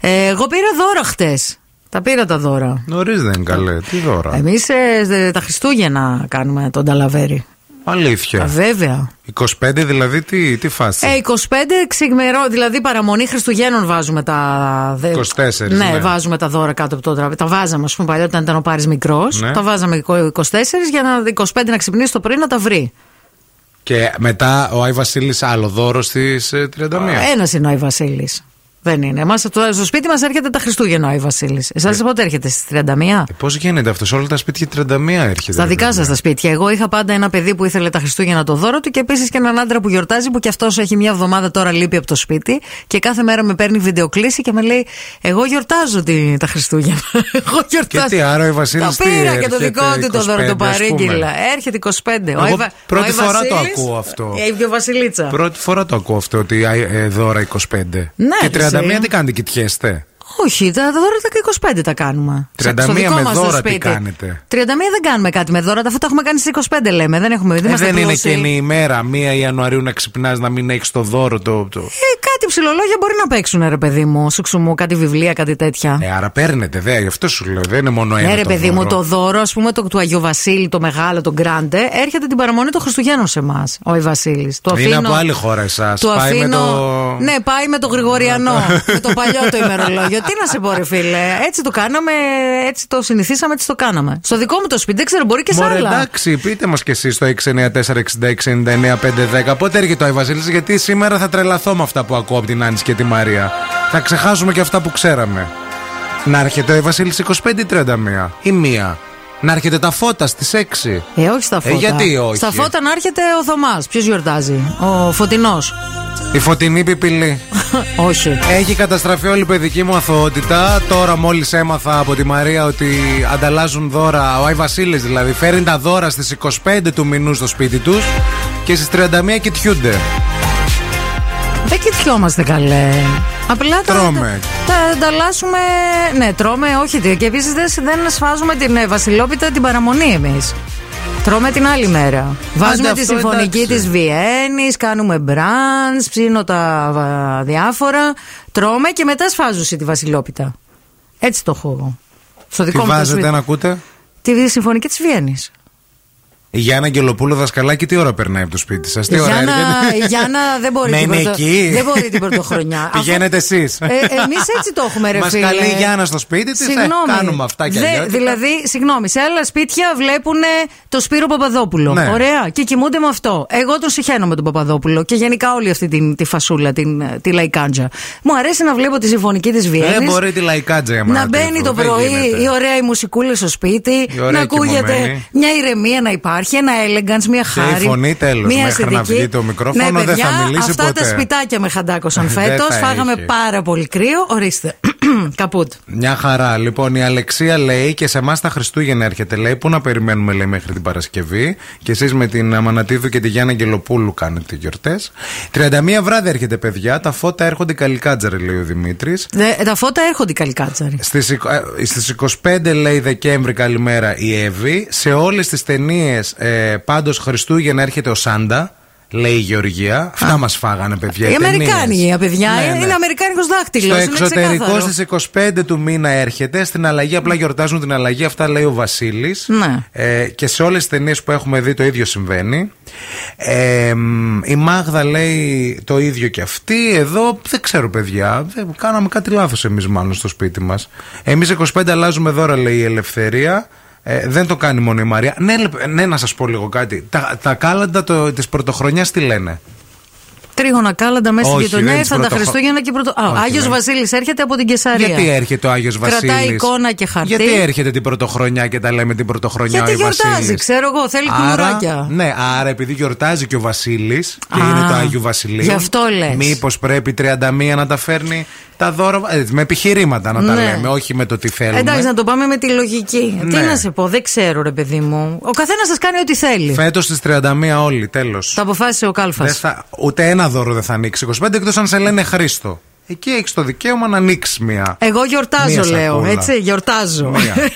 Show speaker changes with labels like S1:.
S1: Ε, εγώ πήρα δώρα χτες. Τα πήρα τα δώρα.
S2: Νωρίς δεν είναι καλέ. Τι δώρα.
S1: Εμείς τα Χριστούγεννα κάνουμε τον Ταλαβέρι.
S2: Αλήθεια.
S1: Α, βέβαια.
S2: 25 δηλαδή τι, τι φάση.
S1: Ε, 25 ξυγμερό, δηλαδή παραμονή Χριστουγέννων βάζουμε τα. δε-
S2: 24,
S1: Ναι,
S2: ναι.
S1: βάζουμε τα δώρα κάτω από το τραπέζι. Τα βάζαμε, ας πούμε, παλιά όταν ήταν ο Πάρης μικρός.
S2: Ναι.
S1: Τα βάζαμε 24 για να 25 να ξυπνήσει το πρωί να τα βρει.
S2: Και μετά ο Άι Βασίλης άλλο δώρο στις 31.
S1: Ένας είναι ο Άι Βασίλης. Δεν είναι. Εμάς, το- στο σπίτι μας έρχεται τα Χριστούγεννα ο Άι Βασίλης. Εσάς πότε έρχεται στις 31.
S2: Πώς γίνεται αυτό, σε όλα τα σπίτια 31 έρχεται.
S1: Στα
S2: ρε
S1: δικά
S2: παιδί
S1: σα
S2: μου.
S1: τα σπίτια. Εγώ είχα πάντα ένα παιδί που ήθελε τα Χριστούγεννα το δώρο του και επίσης και έναν άντρα που γιορτάζει που κι αυτός έχει μια εβδομάδα τώρα λείπει από το σπίτι και κάθε μέρα με παίρνει βιντεοκλήση και με λέει Εγώ γιορτάζω τη, τα Χριστούγεννα. Εγώ γιορτάζω.
S2: τι, άρα ο Βασίλης
S1: Τα
S2: τι,
S1: πήρα και το
S2: έρχεται
S1: δικό του το δώρο, το
S2: 25, ας πούμε.
S1: παρήγγειλα. Έρχεται 25. Ο
S2: Εγώ
S1: Άι Βα-
S2: πρώτη
S1: ο Άι
S2: φορά το
S1: Βασίλης,
S2: ακούω αυτό.
S1: ε, Η Βασιλίτσα.
S2: Πρώτη φορά το ακούω αυτό ότι «Άι, ε, δώρα 25.
S1: Ναι,
S2: και 31
S1: εσύ.
S2: τι κάνετε, κοιτιέστε.
S1: Όχι, τα δώρα τα 25 τα κάνουμε.
S2: 31
S1: Στο δικό
S2: με
S1: μας το
S2: δώρα τι
S1: σπίτι.
S2: κάνετε?
S1: 31 δεν κάνουμε κάτι με δώρα, αφού τα έχουμε κάνει στις 25 λέμε. Δεν, έχουμε, δεν,
S2: Ε,
S1: είμαστε
S2: δεν είναι
S1: πλούσιοι.
S2: καινή ημέρα, 1 Ιανουαρίου να ξυπνάς να μην έχεις το δώρο. Το, το...
S1: Ε, κάτι ψηλολόγια μπορεί να παίξουν, ρε παιδί μου. Σου ξουμού, κάτι βιβλία, κάτι τέτοια.
S2: Ε, άρα παίρνετε, δε, γι' αυτό σου λέω. Δεν είναι μόνο ένα.
S1: ναι, ρε
S2: το
S1: παιδί μου,
S2: δώρο.
S1: το δώρο, ας πούμε, το, του Αγίου Βασίλη, το μεγάλο, το γκράντε, έρχεται την παραμονή των Χριστουγέννων σε εμάς. Ο Βασίλης. Το
S2: Είναι
S1: αφήνω.
S2: από άλλη χώρα εσάς.
S1: Το
S2: Πάει
S1: αφήνω.
S2: με το. Ναι,
S1: Ναι, πάει με το Γρηγοριανό. με το παλιό το ημερολόγιο. Τι να σε πω, ρε φίλε. Έτσι το κάναμε, έτσι το συνηθίσαμε, έτσι το κάναμε. Στο δικό μου το σπίτι, δεν ξέρω, μπορεί και σε
S2: Μωρέ,
S1: άλλα.
S2: εντάξει, πείτε μας κι εσείς το 694-6699-510. Πότε έρχεται ο Αϊβαζήλη, γιατί σήμερα θα τρελαθώ με αυτά που ακούω από την Άννη και τη Μαρία. Θα ξεχάσουμε και αυτά που ξέραμε. Να έρχεται ο Αϊβαζήλη 25-31 ή μία. Να έρχεται τα φώτα στις 6.
S1: Ε, όχι στα
S2: Ε,
S1: φώτα.
S2: γιατί όχι.
S1: Στα φώτα να έρχεται ο Θωμάς. Ποιος γιορτάζει, ο Φωτεινός.
S2: Η φωτεινή πιπηλή.
S1: όχι.
S2: Έχει καταστραφεί όλη η παιδική μου αθωότητα. Τώρα μόλις έμαθα από τη Μαρία ότι ανταλλάζουν δώρα. Ο Άι Βασίλης δηλαδή φέρνει τα δώρα στις 25 του μηνού στο σπίτι τους και στις 31 κοιτιούνται.
S1: Δεν κοιτιόμαστε καλέ. Απλά τα,
S2: Τρώμε.
S1: τα, τα ανταλλάσσουμε. Ναι, τρώμε, όχι. τι- Και επίσης δεν, δεν σφάζουμε την ε, Βασιλόπιτα την παραμονή εμείς. Τρώμε την άλλη μέρα. Βάζουμε
S2: αυτό,
S1: τη συμφωνική τη
S2: εντάξει.
S1: Βιέννης, κάνουμε μπραντ, ψήνω τα α, διάφορα. Τρώμε και μετά σφάζουσε τη Βασιλόπιτα. Έτσι το έχω εγώ. Στο
S2: Τι
S1: δικό μου το
S2: βάζετε
S1: σπίτι.
S2: να ακούτε.
S1: Τη συμφωνική της Βιέννης.
S2: Η Γιάννα Αγγελοπούλου δασκαλάκι, τι ώρα περνάει από το σπίτι σας, τι
S1: Η
S2: ώρα
S1: Γιάννα,
S2: έρχεται.
S1: η Γιάννα δεν μπορεί
S2: Να
S1: την
S2: είναι
S1: πρωτο-
S2: εκεί.
S1: Δεν μπορεί την πρωτοχρονιά. Αφού-
S2: Πηγαίνετε εσείς.
S1: Ε, εμείς έτσι το έχουμε, ρε
S2: Μας
S1: φίλε.
S2: καλεί η Γιάννα στο σπίτι της.
S1: Συγγνώμη.
S2: Κάνουμε αυτά κι
S1: Δε-
S2: αλλιώς.
S1: Δηλαδή, συγγνώμη, σε άλλα σπίτια βλέπουν το Σπύρο Παπαδόπουλο.
S2: Ναι.
S1: Ωραία. Και κοιμούνται με αυτό. Εγώ τον συχαίνω με τον Παπαδόπουλο και γενικά όλη αυτή την, τη φασούλα, την, ε, τη λαϊκάντζα. Μου αρέσει να βλέπω τη συμφωνική της Βιέννη.
S2: Δεν Ε, μπορεί τη λαϊκά τζέμα.
S1: Να μπαίνει το πρωί η ωραία η μουσικούλα στο σπίτι,
S2: Η ωραία
S1: να ακούγεται
S2: κοιμωμένη.
S1: μια ηρεμία να υπάρχει, ένα elegance, μια
S2: η
S1: χάρη.
S2: φωνή, τέλος.
S1: Μια
S2: Μέχρι να
S1: αισθητική.
S2: βγει το μικρόφωνο,
S1: ναι,
S2: δεν θα
S1: παιδιά,
S2: μιλήσει
S1: αυτά
S2: ποτέ.
S1: τα σπιτάκια με χαντάκωσαν
S2: Δεν
S1: φέτος.
S2: θα
S1: Φάγαμε
S2: είχε.
S1: πάρα πολύ κρύο. Ορίστε. Καπούτ.
S2: Μια χαρά. Λοιπόν, η Αλεξία λέει και σε εμάς τα Χριστούγεννα έρχεται. Λέει πού να περιμένουμε λέει, μέχρι την Παρασκευή. Και εσείς με την Αμανατίδου και τη Γιάννα Αγγελοπούλου κάνετε γιορτές. 31 βράδυ έρχεται, παιδιά. Τα φώτα έρχονται καλικάτζαρε, λέει ο Δημήτρης.
S1: Δε- τα φώτα έρχονται καλή κάτσαρη.
S2: Στις, εικο- ε, στις 25 λέει Δεκέμβρη καλημέρα η Εύη Σε όλες τις ταινίες ε, πάντως Χριστούγεννα έρχεται ο Σάντα Λέει η Γεωργία Αυτά μας φάγανε παιδιά
S1: Οι
S2: ταινίες.
S1: Αμερικάνοι, παιδιά, ε,
S2: Ναι, ναι.
S1: είναι Αμερικάνικος δάχτυλος.
S2: Στο εξωτερικό στις 25 του μήνα έρχεται Στην αλλαγή απλά γιορτάζουν την αλλαγή Αυτά λέει ο Βασίλης
S1: Ναι.
S2: ε, Και σε όλες τις ταινίες που έχουμε δει το ίδιο συμβαίνει ε, μ, Η Μάγδα λέει το ίδιο και αυτή Εδώ δεν ξέρω παιδιά δεν, Κάναμε κάτι λάθος εμείς μάλλον στο σπίτι μας Εμείς 25 αλλάζουμε δώρα λέει η Ελευθερία ε, δεν το κάνει μόνο η Μαρία. Ναι, λε- ναι να σας πω λίγο κάτι. Τα, τα κάλαντα της πρωτοχρονιάς τι λένε.
S1: Τρίγωνα κάλαντα μέσα στην
S2: Όχι, δεν
S1: γειτονιά
S2: είναι της
S1: ήρθαν τα
S2: πρωτοχρο-
S1: Χριστούγεννα και πρωτο.
S2: Όχι,
S1: Άγιος
S2: δεν.
S1: Βασίλης έρχεται από την Κεσαρία.
S2: Γιατί έρχεται ο Άγιος
S1: Κρατάει
S2: Βασίλης.
S1: εικόνα και χαρτί.
S2: Γιατί έρχεται την πρωτοχρονιά και τα λέμε την πρωτοχρονιά
S1: Γιατί
S2: ο Άγιος
S1: γιορτάζει,
S2: Βασίλης.
S1: ξέρω εγώ, θέλει
S2: άρα,
S1: κουλουράκια.
S2: Ναι, άρα επειδή γιορτάζει και ο Βασίλης και
S1: Α,
S2: είναι το Άγιο Βασιλείο.
S1: γι' αυτό λες.
S2: Μήπως πρέπει 31 να τα φέρνει τα δώρα. ε, Με επιχειρήματα να τα
S1: Ναι.
S2: λέμε, όχι με το τι θέλουμε.
S1: Εντάξει, να το πάμε με τη λογική.
S2: Ναι.
S1: Τι να σε πω, δεν ξέρω, ρε παιδί μου. Ο καθένας σας κάνει ό,τι θέλει.
S2: Φέτος στις 31 όλοι, τέλος.
S1: Το αποφάσισε ο Κάλφας.
S2: Θα... Ούτε ένα δώρο δεν θα ανοίξει. 25 εκτός αν σε λένε Χρήστο. Εκεί έχεις το δικαίωμα να ανοίξεις μία.
S1: Εγώ γιορτάζω,
S2: Μία
S1: λέω.
S2: σακούλα.
S1: Έτσι, γιορτάζω.
S2: Μία.